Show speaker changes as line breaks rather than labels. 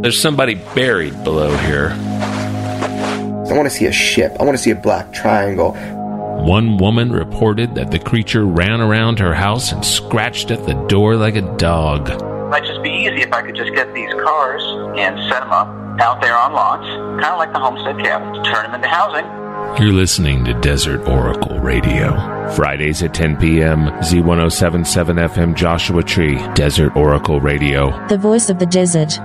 There's somebody buried below here.
I want to see a ship. I want to see a black triangle.
One woman reported that the creature ran around her house and scratched at the door like a dog.
might just be easy if I could just get these cars and set them up out there on lots, kind of like the homestead cabins, turn them into housing.
You're listening to Desert Oracle Radio. Fridays at 10 p.m., Z1077 FM Joshua Tree, Desert Oracle Radio.
The voice of the desert.